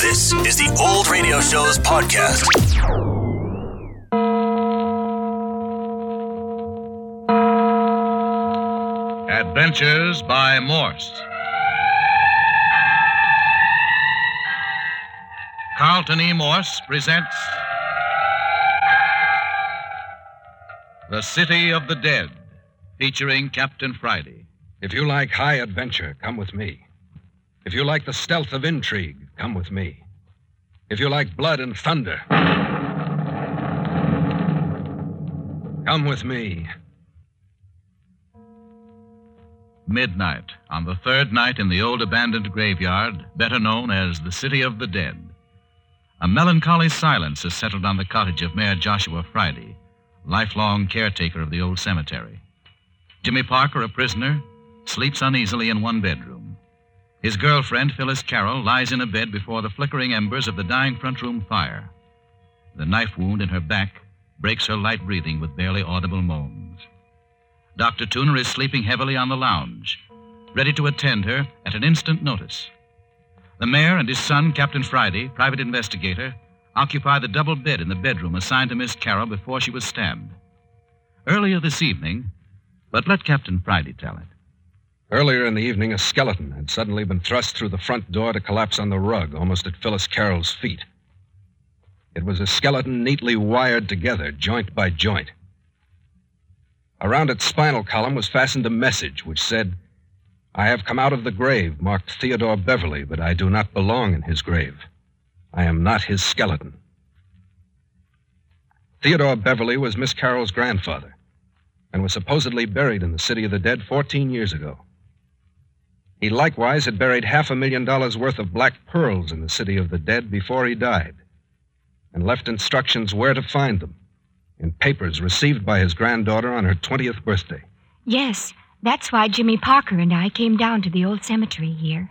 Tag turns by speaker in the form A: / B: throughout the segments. A: This is the Old Radio Show's podcast.
B: Adventures by Morse. Carlton E. Morse presents The City of the Dead, featuring Captain Friday.
C: If you like high adventure, come with me. If you like the stealth of intrigue, come with me. If you like blood and thunder, come with me.
B: Midnight, on the third night in the old abandoned graveyard, better known as the City of the Dead. A melancholy silence has settled on the cottage of Mayor Joshua Friday, lifelong caretaker of the old cemetery. Jimmy Parker, a prisoner, sleeps uneasily in one bedroom. His girlfriend, Phyllis Carroll, lies in a bed before the flickering embers of the dying front room fire. The knife wound in her back breaks her light breathing with barely audible moans. Dr. Tooner is sleeping heavily on the lounge, ready to attend her at an instant notice. The mayor and his son, Captain Friday, private investigator, occupy the double bed in the bedroom assigned to Miss Carroll before she was stabbed. Earlier this evening, but let Captain Friday tell it.
C: Earlier in the evening, a skeleton had suddenly been thrust through the front door to collapse on the rug, almost at Phyllis Carroll's feet. It was a skeleton neatly wired together, joint by joint. Around its spinal column was fastened a message which said, I have come out of the grave marked Theodore Beverly, but I do not belong in his grave. I am not his skeleton. Theodore Beverly was Miss Carroll's grandfather and was supposedly buried in the City of the Dead 14 years ago. He likewise had buried half a million dollars worth of black pearls in the City of the Dead before he died and left instructions where to find them in papers received by his granddaughter on her 20th birthday.
D: Yes, that's why Jimmy Parker and I came down to the old cemetery here.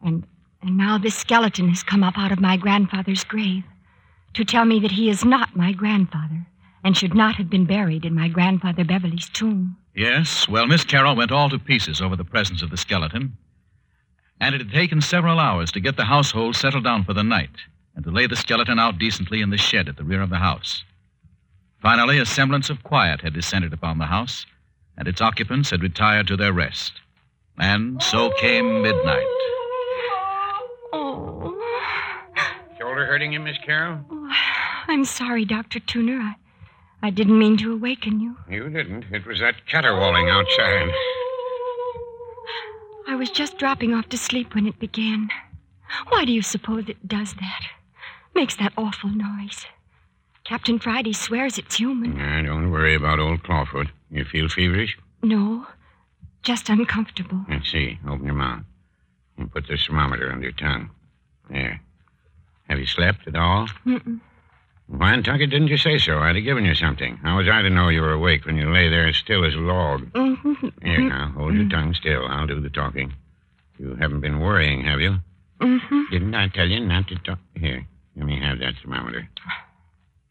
D: And, and now this skeleton has come up out of my grandfather's grave to tell me that he is not my grandfather and should not have been buried in my grandfather Beverly's tomb.
B: Yes, well, Miss Carroll went all to pieces over the presence of the skeleton, and it had taken several hours to get the household settled down for the night and to lay the skeleton out decently in the shed at the rear of the house. Finally, a semblance of quiet had descended upon the house, and its occupants had retired to their rest. And so came midnight.
D: Oh,
E: Shoulder hurting you, Miss Carroll?
D: oh, I'm sorry, Dr. Tooner. I, I didn't mean to awaken you.
E: You didn't. It was that caterwauling outside.
D: I was just dropping off to sleep when it began. Why do you suppose it does that? Makes that awful noise. Captain Friday swears it's human.
E: Nah, don't worry about old Clawfoot. You feel feverish?
D: No, just uncomfortable.
E: Let's see. Open your mouth. And put the thermometer under your tongue. There. Have you slept at all?
D: Mm-mm.
E: Why, Tucker, didn't you say so? I'd have given you something. How was I to know you were awake when you lay there as still as a log?
D: Mhm.
E: Here, now, hold your tongue still. I'll do the talking. You haven't been worrying, have you?
D: Mm-hmm.
E: Didn't I tell you not to talk? Here, let me have that thermometer.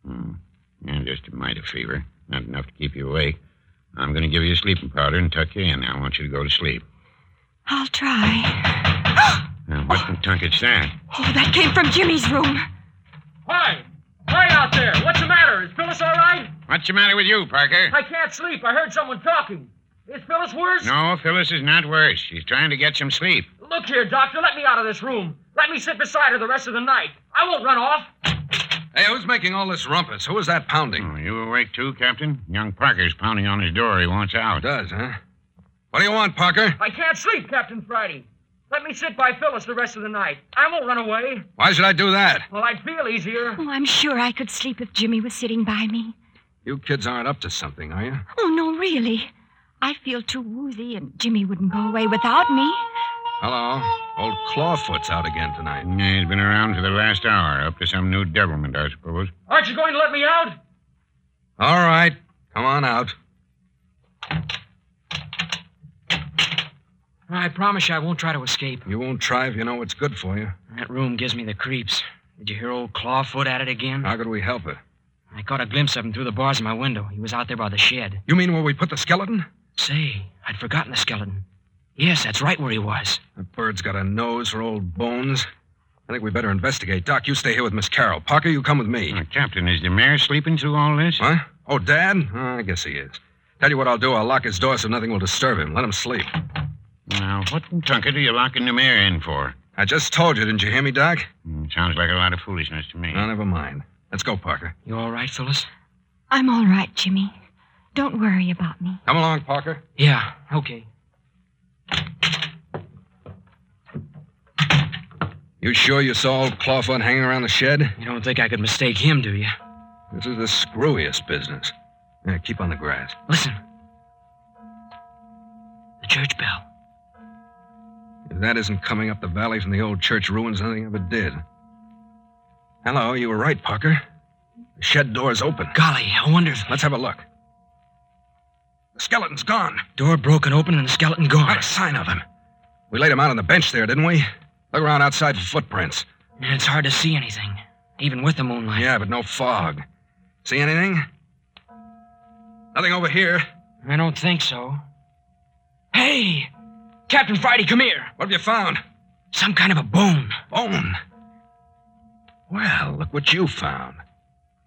E: Hmm. Yeah, just a mite of fever. Not enough to keep you awake. I'm going to give you sleeping powder and tuck you in. I want you to go to sleep.
D: I'll try.
E: Now, what the tunket's that?
D: Oh, that came from Jimmy's room.
F: Hi! Hi out there! What's the matter? Is Phyllis all right?
E: What's the matter with you, Parker?
F: I can't sleep. I heard someone talking. Is Phyllis worse?
E: No, Phyllis is not worse. She's trying to get some sleep.
F: Look here, doctor. Let me out of this room. Let me sit beside her the rest of the night. I won't run off.
C: Hey, who's making all this rumpus? Who is that pounding?
E: Oh, you awake too, Captain? Young Parker's pounding on his door. He wants out.
C: Does, huh? What do you want, Parker?
F: I can't sleep, Captain Friday. Let me sit by Phyllis the rest of the night. I won't run away.
C: Why should I do that?
F: Well, I'd feel easier.
D: Oh, I'm sure I could sleep if Jimmy was sitting by me.
C: You kids aren't up to something, are you?
D: Oh, no, really. I feel too woozy, and Jimmy wouldn't go away without me.
C: Hello. Old Clawfoot's out again tonight.
E: Yeah, he's been around for the last hour, up to some new devilment, I suppose.
F: Aren't you going to let me out?
C: All right. Come on out.
G: I promise you I won't try to escape.
C: You won't try if you know what's good for you.
G: That room gives me the creeps. Did you hear old Clawfoot at it again?
C: How could we help it?
G: I caught a glimpse of him through the bars of my window. He was out there by the shed.
C: You mean where we put the skeleton?
G: Say, I'd forgotten the skeleton. Yes, that's right where he was.
C: That bird's got a nose for old bones.
E: I think we better investigate. Doc, you stay here with Miss Carroll. Parker, you come with me.
C: Now, Captain, is the mayor sleeping through all this?
E: Huh? Oh, Dad? Oh, I guess he is. Tell you what I'll do. I'll lock his door so nothing will disturb him. Let him sleep.
C: Now, what in Tunket are you locking the mayor in for?
E: I just told you, didn't you hear me, Doc?
C: Hmm, sounds like a lot of foolishness to me.
E: No, never mind. Let's go, Parker.
G: You all right, Phyllis?
D: I'm all right, Jimmy. Don't worry about me.
E: Come along, Parker.
G: Yeah, okay.
E: You sure you saw old Clawfoot hanging around the shed?
G: You don't think I could mistake him, do you?
E: This is the screwiest business. Yeah, keep on the grass.
G: Listen. The church bell.
E: If that isn't coming up the valley from the old church ruins, nothing ever did. Hello, you were right, Parker. The shed door is open.
G: Golly, I wonder if.
E: Let's have a look. The skeleton's gone.
G: Door broken open and the skeleton gone.
E: Not a sign of him. We laid him out on the bench there, didn't we? Look around outside for footprints.
G: And it's hard to see anything, even with the moonlight.
E: Yeah, but no fog. See anything? Nothing over here.
G: I don't think so. Hey! Captain Friday, come here!
E: What have you found?
G: Some kind of a bone.
E: Bone. Well, look what you found.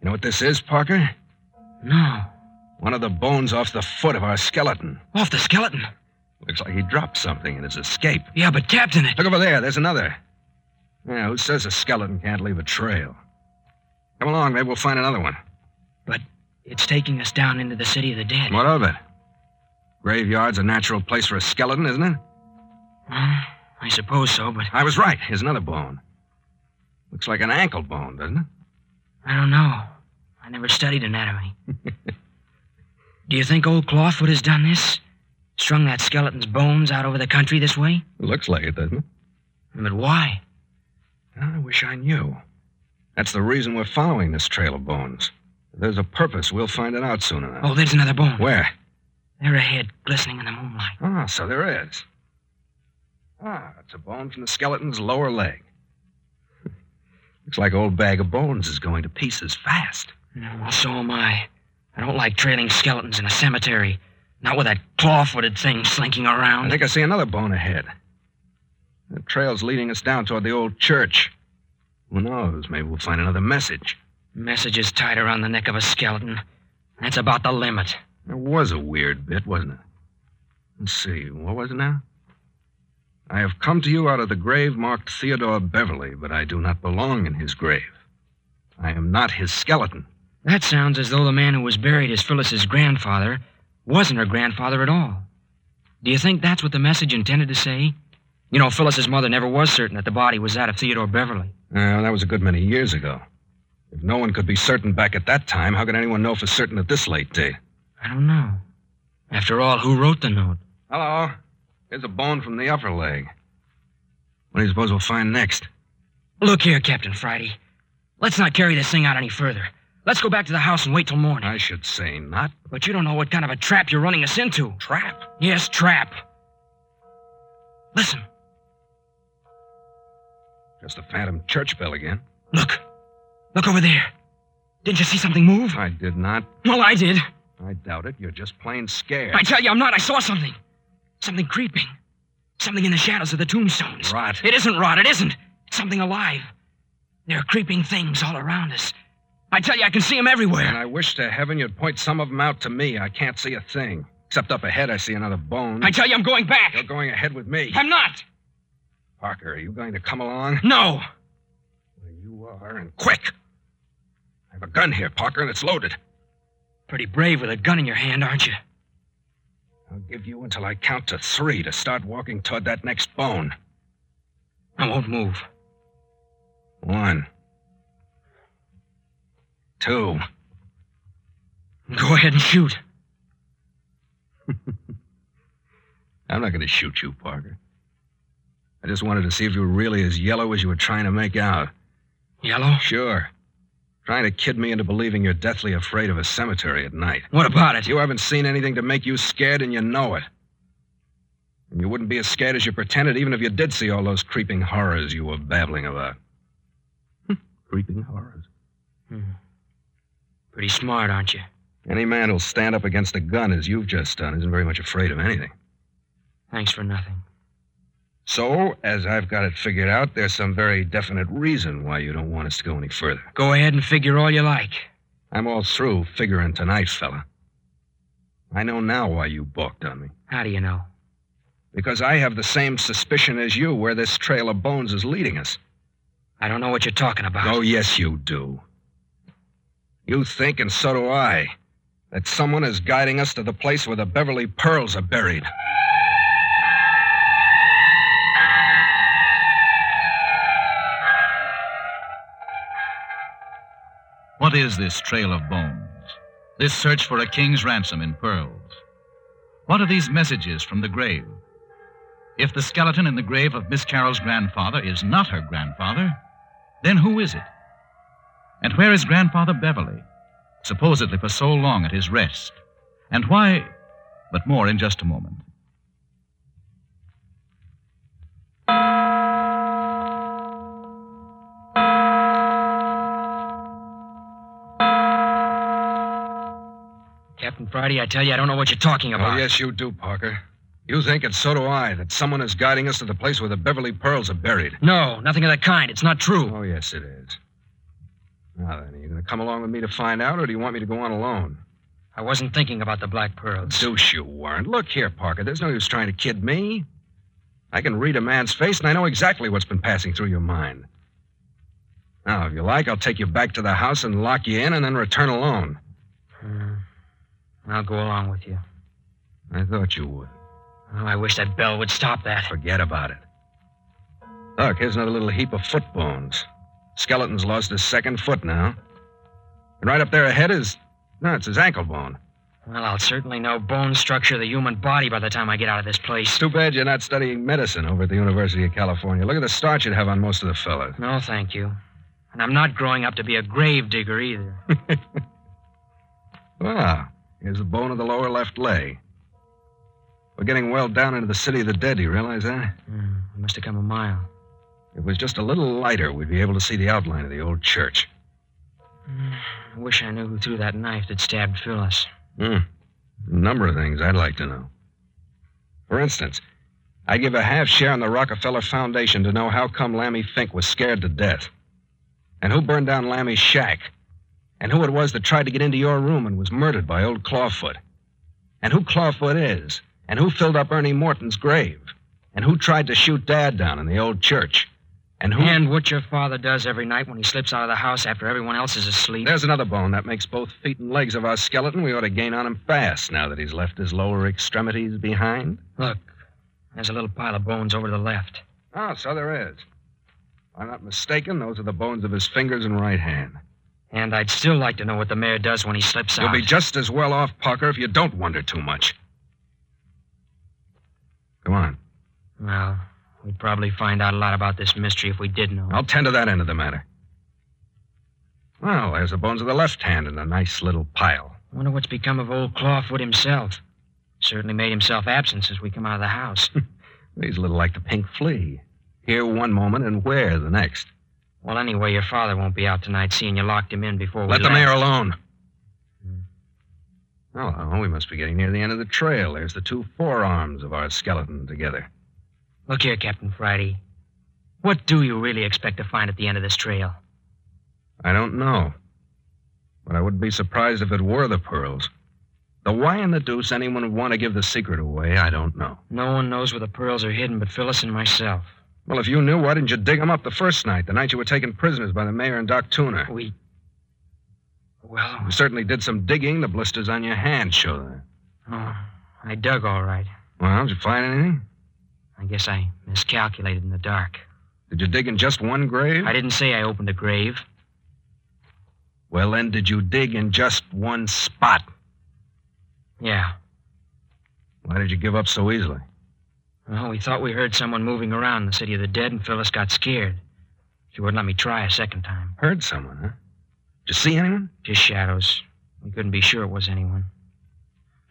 E: You know what this is, Parker?
G: No.
E: One of the bones off the foot of our skeleton.
G: Off the skeleton.
E: Looks like he dropped something in his escape.
G: Yeah, but Captain, it.
E: Look over there. There's another. Yeah, who says a skeleton can't leave a trail? Come along, maybe we'll find another one.
G: But it's taking us down into the city of the dead.
E: What of it? Graveyard's a natural place for a skeleton, isn't it?
G: Huh? I suppose so, but
E: I was right. Here's another bone. Looks like an ankle bone, doesn't it?
G: I don't know. I never studied anatomy. Do you think old Clawfoot has done this? Strung that skeleton's bones out over the country this way?
E: Looks like it, doesn't it?
G: But why?
E: I wish I knew. That's the reason we're following this trail of bones. If there's a purpose, we'll find it out soon enough.
G: Oh, there's another bone.
E: Where?
G: They're ahead, glistening in the moonlight.
E: Ah, so there is. Ah, it's a bone from the skeleton's lower leg. Looks like old bag of bones is going to pieces fast.
G: No, so am I. I don't like trailing skeletons in a cemetery. Not with that claw-footed thing slinking around.
E: I think I see another bone ahead. The trail's leading us down toward the old church. Who knows? Maybe we'll find another message.
G: Messages tied around the neck of a skeleton. That's about the limit.
E: It was a weird bit, wasn't it? Let's see, what was it now? I have come to you out of the grave marked Theodore Beverly, but I do not belong in his grave. I am not his skeleton.
G: That sounds as though the man who was buried as Phyllis's grandfather wasn't her grandfather at all. Do you think that's what the message intended to say? You know, Phyllis's mother never was certain that the body was that of Theodore Beverly.
E: Well, that was a good many years ago. If no one could be certain back at that time, how could anyone know for certain at this late date?
G: I don't know. After all, who wrote the note?
E: Hello. Here's a bone from the upper leg. What do you suppose we'll find next?
G: Look here, Captain Friday. Let's not carry this thing out any further. Let's go back to the house and wait till morning.
E: I should say not.
G: But you don't know what kind of a trap you're running us into.
E: Trap?
G: Yes, trap. Listen,
E: Just a phantom church bell again.
G: look. Look over there. Didn't you see something move?
E: I did not.
G: Well, I did.
E: I doubt it. You're just plain scared.
G: I tell you, I'm not. I saw something. Something creeping. Something in the shadows of the tombstones.
E: Rot.
G: It isn't rot. It isn't. Something alive. There are creeping things all around us. I tell you, I can see them
E: And
G: everywhere.
E: I wish to heaven you'd point some of them out to me. I can't see a thing. Except up ahead, I see another bone.
G: I tell you, I'm going back.
E: You're going ahead with me.
G: I'm not.
E: Parker, are you going to come along?
G: No.
E: Well, You are, and quick. I have a gun here, Parker, and it's loaded.
G: Pretty brave with a gun in your hand, aren't you?
E: I'll give you until I count to three to start walking toward that next bone.
G: I won't move.
E: One. Two.
G: Go ahead and shoot.
E: I'm not going to shoot you, Parker. I just wanted to see if you were really as yellow as you were trying to make out.
G: Yellow?
E: Sure. Trying to kid me into believing you're deathly afraid of a cemetery at night.
G: What about it?
E: You haven't seen anything to make you scared, and you know it. And you wouldn't be as scared as you pretended, even if you did see all those creeping horrors you were babbling about. Hmm. creeping horrors?
G: Hmm. Pretty smart, aren't you?
E: Any man who'll stand up against a gun, as you've just done, isn't very much afraid of anything.
G: Thanks for nothing.
E: So, as I've got it figured out, there's some very definite reason why you don't want us to go any further.
G: Go ahead and figure all you like.
E: I'm all through figuring tonight, fella. I know now why you balked on me.
G: How do you know?
E: Because I have the same suspicion as you where this trail of bones is leading us.
G: I don't know what you're talking about.
E: Oh, yes, you do. You think, and so do I, that someone is guiding us to the place where the Beverly Pearls are buried.
B: What is this trail of bones? This search for a king's ransom in pearls? What are these messages from the grave? If the skeleton in the grave of Miss Carroll's grandfather is not her grandfather, then who is it? And where is Grandfather Beverly, supposedly for so long at his rest? And why? But more in just a moment.
G: Captain Friday, I tell you, I don't know what you're talking about.
E: Oh, yes, you do, Parker. You think, and so do I, that someone is guiding us to the place where the Beverly Pearls are buried.
G: No, nothing of that kind. It's not true.
E: Oh, yes, it is. Now then, are you going to come along with me to find out, or do you want me to go on alone?
G: I wasn't thinking about the Black Pearls.
E: Deuce you weren't. Look here, Parker. There's no use trying to kid me. I can read a man's face, and I know exactly what's been passing through your mind. Now, if you like, I'll take you back to the house and lock you in, and then return alone.
G: Hmm. I'll go along with you.
E: I thought you would.
G: Oh, I wish that bell would stop that.
E: Forget about it. Look, here's another little heap of foot bones. Skeleton's lost his second foot now. And right up there ahead is. No, it's his ankle bone.
G: Well, I'll certainly know bone structure of the human body by the time I get out of this place.
E: It's too bad you're not studying medicine over at the University of California. Look at the starch you'd have on most of the fellas.
G: No, thank you. And I'm not growing up to be a grave digger either.
E: Wow, Ah, here's the bone of the lower left leg. We're getting well down into the city of the dead, do you realize that?
G: Hmm, I must have come a mile.
E: If it was just a little lighter, we'd be able to see the outline of the old church.
G: I wish I knew who threw that knife that stabbed Phyllis.
E: Hmm. A number of things I'd like to know. For instance, I give a half share in the Rockefeller Foundation to know how come Lammy Fink was scared to death. And who burned down Lammy's shack. And who it was that tried to get into your room and was murdered by old Clawfoot. And who Clawfoot is. And who filled up Ernie Morton's grave. And who tried to shoot Dad down in the old church. And who.
G: And what your father does every night when he slips out of the house after everyone else is asleep.
E: There's another bone that makes both feet and legs of our skeleton. We ought to gain on him fast now that he's left his lower extremities behind.
G: Look, there's a little pile of bones over to the left.
E: Oh, so there is. If I'm not mistaken, those are the bones of his fingers and right hand.
G: And I'd still like to know what the mayor does when he slips
E: You'll
G: out.
E: be just as well off, Parker, if you don't wonder too much. Come on.
G: Well, we'd probably find out a lot about this mystery if we did know.
E: I'll tend to that end of the matter. Well, there's the bones of the left hand in a nice little pile.
G: Wonder what's become of old Clawfoot himself. Certainly made himself absent since we come out of the house.
E: He's a little like the pink flea. Here one moment and where the next.
G: well, anyway, your father won't be out tonight, seeing you locked him in before we
E: Let the
G: left.
E: mayor alone.
G: Hmm.
E: Oh, well, we must be getting near the end of the trail. There's the two forearms of our skeleton together.
G: Look here, Captain Friday. What do you really expect to find at the end of this trail?
E: I don't know. But I wouldn't be surprised if it were the pearls. The why in the deuce anyone would want to give the secret away, I don't know.
G: No one knows where the pearls are hidden but Phyllis and myself.
E: Well, if you knew, why didn't you dig 'em up the first night, the night you were taken prisoners by the mayor and Doc Tuner?
G: We. Well,
E: You certainly did some digging. The blisters on your hand show that.
G: oh, I dug all right.
E: Well, did you find anything?
G: I guess I miscalculated in the dark.
E: Did you dig in just one grave?
G: I didn't say I opened a grave.
E: Well, then, did you dig in just one spot?
G: Yeah.
E: Why did you give up so easily?
G: Well, we thought we heard someone moving around in the city of the dead, and Phyllis got scared. She wouldn't let me try a second time.
E: Heard someone, huh? Did you see anyone?
G: Just shadows. We couldn't be sure it was anyone.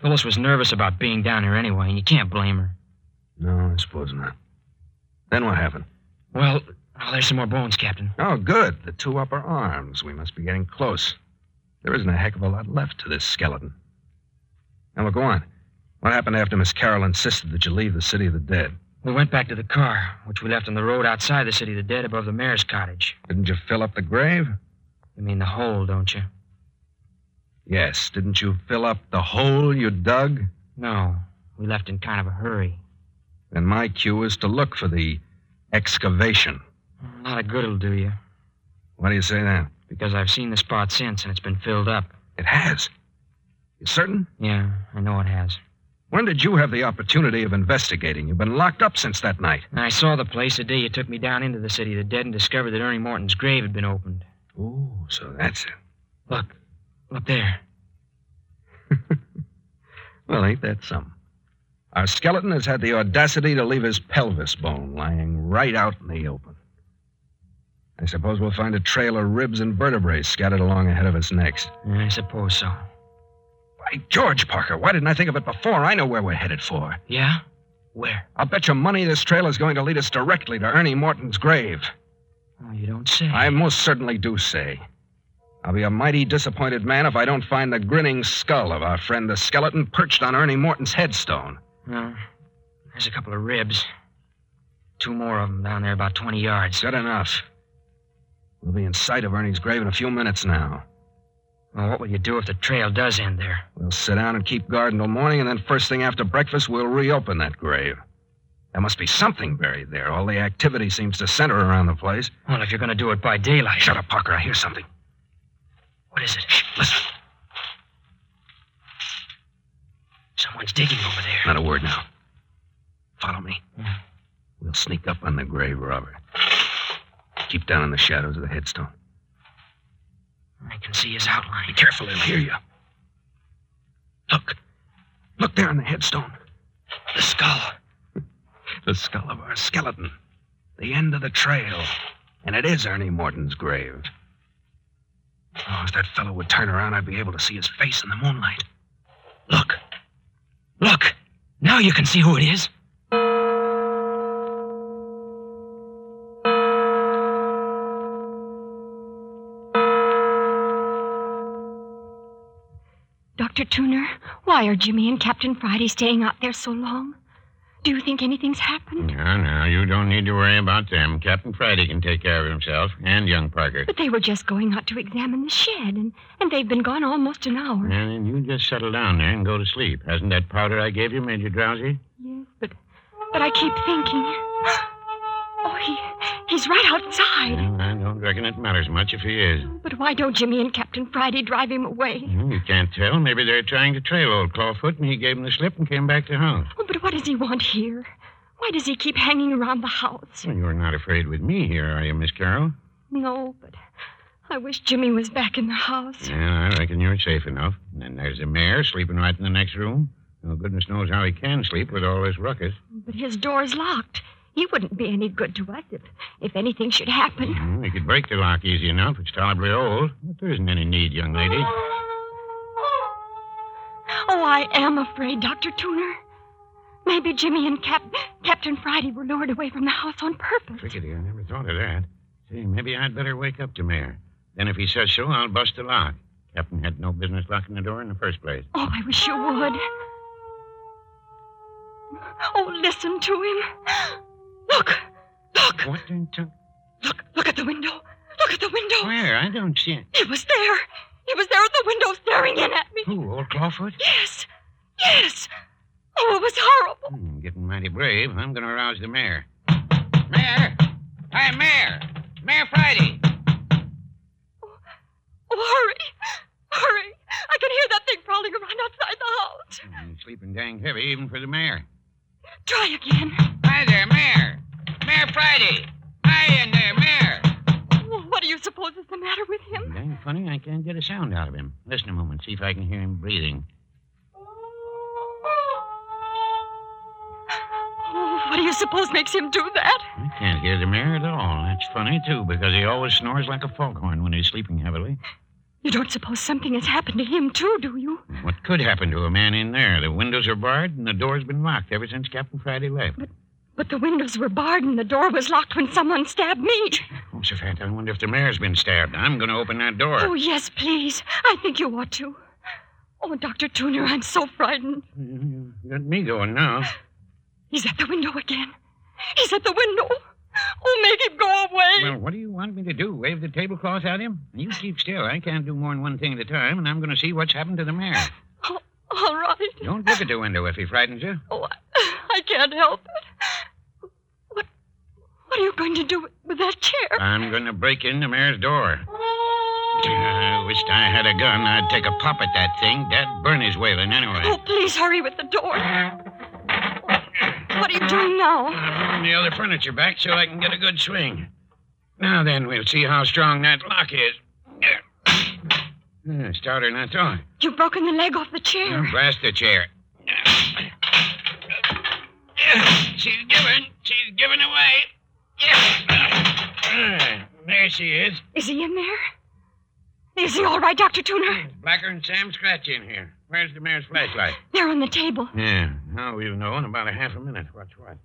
G: Phyllis was nervous about being down here anyway, and you can't blame her.
E: No, I suppose not. Then what happened?
G: Well, oh, there's some more bones, Captain.
E: Oh, good. The two upper arms. We must be getting close. There isn't a heck of a lot left to this skeleton. Now, look, go on. What happened after Miss Carroll insisted that you leave the city of the dead?
G: We went back to the car, which we left on the road outside the city of the dead above the mayor's cottage.
C: Didn't you fill up the grave?
G: You mean the hole, don't you?
C: Yes. Didn't you fill up the hole you dug?
G: No. We left in kind of a hurry.
C: Then my cue is to look for the excavation.
G: Not a good it'll do you,
C: Why do you say that?
G: because I've seen the spot since and it's been filled up.
C: It has. You certain?
G: Yeah, I know it has.
C: When did you have the opportunity of investigating? You've been locked up since that night.
G: I saw the place the day you took me down into the city of the dead and discovered that Ernie Morton's grave had been opened.
C: Oh, so that's it.
G: Look, look there.
C: Well, ain't that something? Our skeleton has had the audacity to leave his pelvis bone lying right out in the open. I suppose we'll find a trail of ribs and vertebrae scattered along ahead of us next.
G: Yeah, I suppose so.
C: By George, Parker, why didn't I think of it before? I know where we're headed for.
G: Yeah? Where?
C: I'll bet you money this trail is going to lead us directly to Ernie Morton's grave.
G: Oh, you don't say.
C: I most certainly do say. I'll be a mighty disappointed man if I don't find the grinning skull of our friend the skeleton perched on Ernie Morton's headstone.
G: No. There's a couple of ribs. Two more of them down there about 20 yards.
C: Good enough. We'll be in sight of Ernie's grave in a few minutes now.
G: Well, what will you do if the trail does end there?
C: We'll sit down and keep guard until morning, and then first thing after breakfast, we'll reopen that grave. There must be something buried there. All the activity seems to center around the place.
G: Well, if you're going to do it by daylight.
C: Shut up, Parker. I hear something.
G: What is it? Listen. Someone's digging over there.
C: Not a word now. Follow me. We'll sneak up on the grave, Robert. Keep down in the shadows of the headstone.
G: I can see his outline.
C: Careful, he'll hear you. Look. Look there on the headstone.
G: The skull.
C: The skull of our skeleton. The end of the trail. And it is Ernie Morton's grave. Oh, if that fellow would turn around, I'd be able to see his face in the moonlight.
G: Look. Look. Now you can see who it is.
D: Dr. Tuner, why are Jimmy and Captain Friday staying out there so long? Do you think anything's happened?
E: No, no, you don't need to worry about them. Captain Friday can take care of himself, and young Parker.
D: But they were just going out to examine the shed, and, and they've been gone almost an hour.
E: And you just settle down there and go to sleep. Hasn't that powder I gave you made you drowsy?
D: Yes, but but I keep thinking. Oh, he he's right outside.
E: Well, I don't reckon it matters much if he is.
D: But why don't Jimmy and Captain Friday drive him away?
E: Well, You can't tell. Maybe they're trying to trail old Clawfoot, and he gave him the slip and came back to house.
D: Oh, but what does he want here? Why does he keep hanging around the house?
E: Well, you're not afraid with me here, are you, Miss Carroll?
D: No, but I wish Jimmy was back in the house.
E: Well, I reckon you're safe enough. And then there's the mayor sleeping right in the next room. Well, goodness knows how he can sleep with all this ruckus.
D: But his door's locked. He wouldn't be any good to us if if anything should happen.
E: Well, Hmm, He could break the lock easy enough. It's tolerably old. But there isn't any need, young lady.
D: Oh, I am afraid, Dr. Tuner. Maybe Jimmy and Cap- Captain Friday were lured away from the house on purpose.
E: Crickety, I never thought of that. Say, maybe I'd better wake up the mayor. Then if he says so, I'll bust the lock. Captain had no business locking the door in the first place.
D: Oh, I wish you would. Oh, listen to him. Look, look,
E: What in t-
D: look, look at the window. Look at the window.
E: Where? I don't see it.
D: He was there. He was there at the window staring in at me.
E: Who, old Clawfoot?
D: Yes, yes. Oh, it was horrible.
E: Hmm, getting mighty brave. I'm going to rouse the mayor. Mayor! Hi, mayor! Mayor Friday!
D: Oh, hurry, hurry. I can hear that thing prowling around outside the house.
E: Hmm, He's sleeping dang heavy, even for the mayor.
D: Try again.
E: Hi there, mayor! Mayor Friday! Hi in there, mayor!
D: Well, Oh, what do you suppose is the matter with him?
E: Dang funny, I can't get a sound out of him. Listen a moment, see if I can hear him breathing.
D: Oh, what do you suppose makes him do that?
E: I can't hear the mayor at all. That's funny, too, because he always snores like a foghorn when he's sleeping heavily.
D: You don't suppose something has happened to him, too, do you?
E: What could happen to a man in there? The windows are barred and the door's been locked ever since Captain Friday left.
D: But the windows were barred and the door was locked when someone stabbed me.
E: Oh, so fat, I wonder if the mayor's been stabbed. I'm going to open that door.
D: Oh, yes, please. I think you ought to. Oh, Dr. Tuner, I'm so frightened.
E: You got Mm-hmm. me going now.
D: He's at the window again. He's at the window. Oh, make him go away.
E: Well, what do you want me to do? Wave the tablecloth at him? You keep still. I can't do more than one thing at a time, and I'm going to see what's happened to the mare.
D: Oh, all right.
E: Don't look at the window if he frightens you.
D: Oh, I, I can't help it. What, what are you going to do with that chair?
E: I'm going to break in the mayor's door. I wished I had a gun. I'd take a pop at that thing. Dad Bernie's wailing anyway.
D: Oh, please hurry with the door. What are you doing now?
E: I'm moving the other furniture back so I can get a good swing. Now then, we'll see how strong that lock is. There. Yeah, Starter not on.
D: You've broken the leg off the chair.
E: Now blast the chair. She's giving. She's giving away. There she is.
D: Is he in there? Is he all right, Dr. Tuner?
E: Blacker and Sam Scratch in here. Where's the mayor's flashlight?
D: They're on the table.
E: Yeah, now we'll know in about a half a minute. Watch what.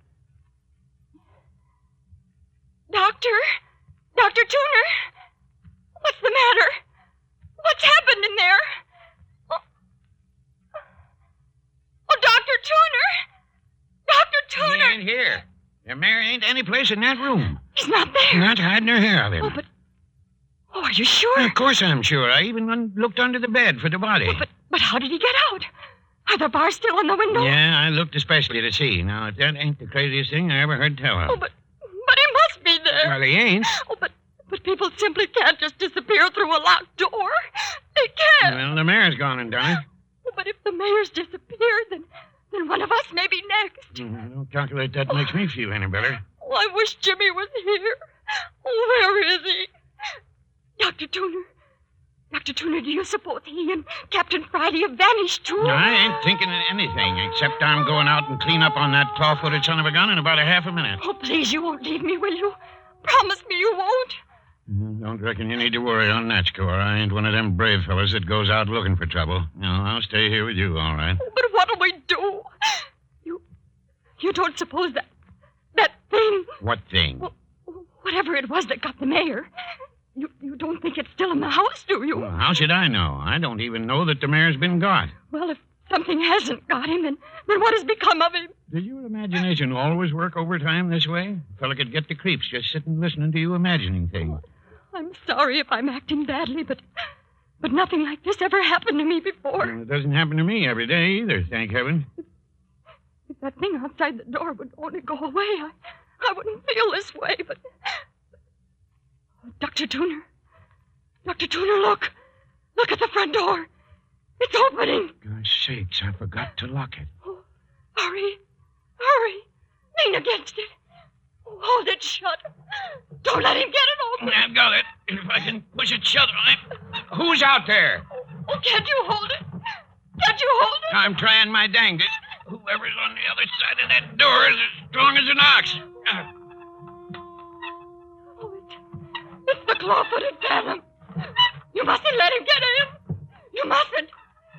D: Doctor? Dr. Tuner? What's the matter? What's happened in there? Oh, oh Dr. Tuner! Dr.
E: He
D: Tuner!
E: ain't here. The mayor ain't any place in that room.
D: He's not there.
E: Not hiding her hair of him.
D: Oh, but. Oh, are you sure?
E: Of course I'm sure. I even un- looked under the bed for the body.
D: But, but how did he get out? Are the bars still on the window?
E: Yeah, I looked especially to see. Now, if that ain't the craziest thing I ever heard tell of.
D: Oh, but but he must be there.
E: Well, he ain't.
D: Oh, but but people simply can't just disappear through a locked door. They can't.
E: Well, the mayor's gone and done it.
D: Oh, but if the mayor's disappeared, then then one of us may be next.
E: Mm, I don't calculate that makes me feel any better.
D: Oh, I wish Jimmy was here. Oh, where is he? Dr. Tuner. Dr. Tuner, do you suppose he and Captain Friday have vanished too?
E: I ain't thinking of anything except I'm going out and clean up on that claw-footed son of a gun in about a half a minute.
D: Oh, please, you won't leave me, will you? Promise me you won't.
E: Mm, Don't reckon you need to worry on that score. I ain't one of them brave fellas that goes out looking for trouble. No, I'll stay here with you, all right.
D: But what'll we do? You you don't suppose that that thing
E: What thing?
D: wh- whatever it was that got the mayor. You you don't think it's still in the house, do you?
E: Well, how should I know? I don't even know that the mayor's been got.
D: Well, if something hasn't got him, then, then what has become of him?
E: Did your imagination always work overtime this way? A fella could get the creeps just sitting listening to you imagining things.
D: I'm sorry if I'm acting badly, but but nothing like this ever happened to me before.
E: Well, it doesn't happen to me every day either, thank heaven.
D: If that thing outside the door would only go away, I I wouldn't feel this way, but Dr. Tuner. Dr. Tuner, look. Look at the front door. It's opening.
E: God's sakes, I forgot to lock it.
D: Oh, hurry, hurry. Lean against it. Hold it shut. Don't let him get it open.
E: I've got it. If I can push it shut, I... Who's out there?
D: Oh, can't you hold it? Can't you hold it?
E: I'm trying my dangest. Whoever's on the other side of that door is as strong as an ox. Ah,
D: Oh, it's, it's the claw-footed phantom. You mustn't let him get in. You mustn't.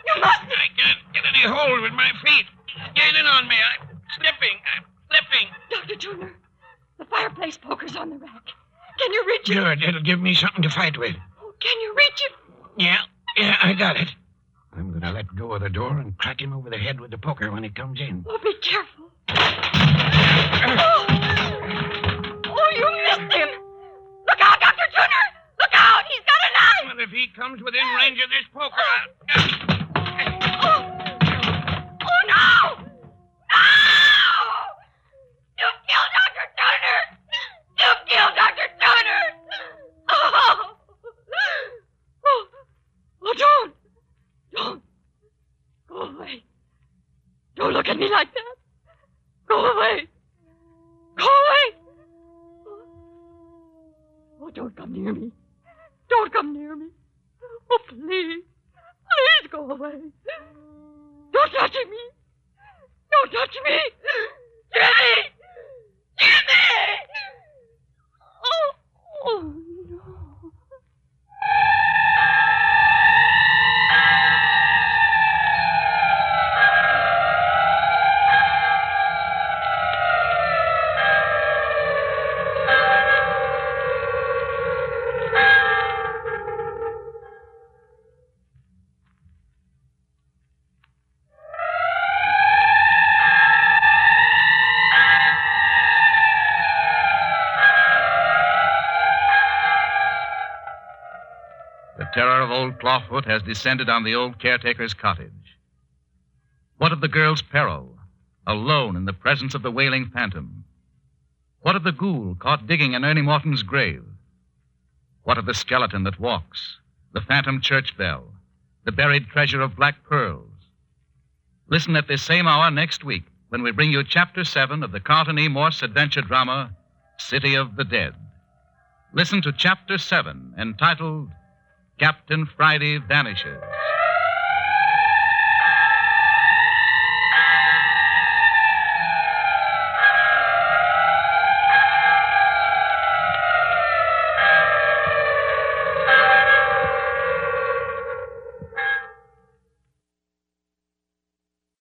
D: You mustn't.
E: I can't get any hold with my feet. It's Gaining on me. I'm slipping. I'm slipping.
D: Dr. Tuner, the fireplace poker's on the rack. Can you reach it?
E: Good. It'll give me something to fight with.
D: Oh, can you reach it?
E: Yeah, yeah, I got it. I'm going to let go of the door and crack him over the head with the poker when he comes in.
D: Oh, be careful. Oh, oh you missed him. Look out, Dr. Tuner. Look out. He's got a knife.
E: Well, if he comes within range of this poker, I'll...
D: Oh, oh no. No. You've killed Dr. Tuner. You've killed Dr. Tuner. Oh. Oh, oh don't. Don't. Go away. Don't look at me like that. Go away. Go away. Oh, don't come near me. Don't come near me. Oh, please. Please go away. Don't touch me. Don't touch me. Jimmy! Jimmy! Oh, oh no.
B: The terror of old Clawfoot has descended on the old caretaker's cottage. What of the girl's peril, alone in the presence of the wailing phantom? What of the ghoul caught digging in Ernie Morton's grave? What of the skeleton that walks, the phantom church bell, the buried treasure of black pearls? Listen at this same hour next week when we bring you Chapter 7 of the Carlton E. Morse adventure drama, City of the Dead. Listen to Chapter 7, entitled Captain Friday Vanishes.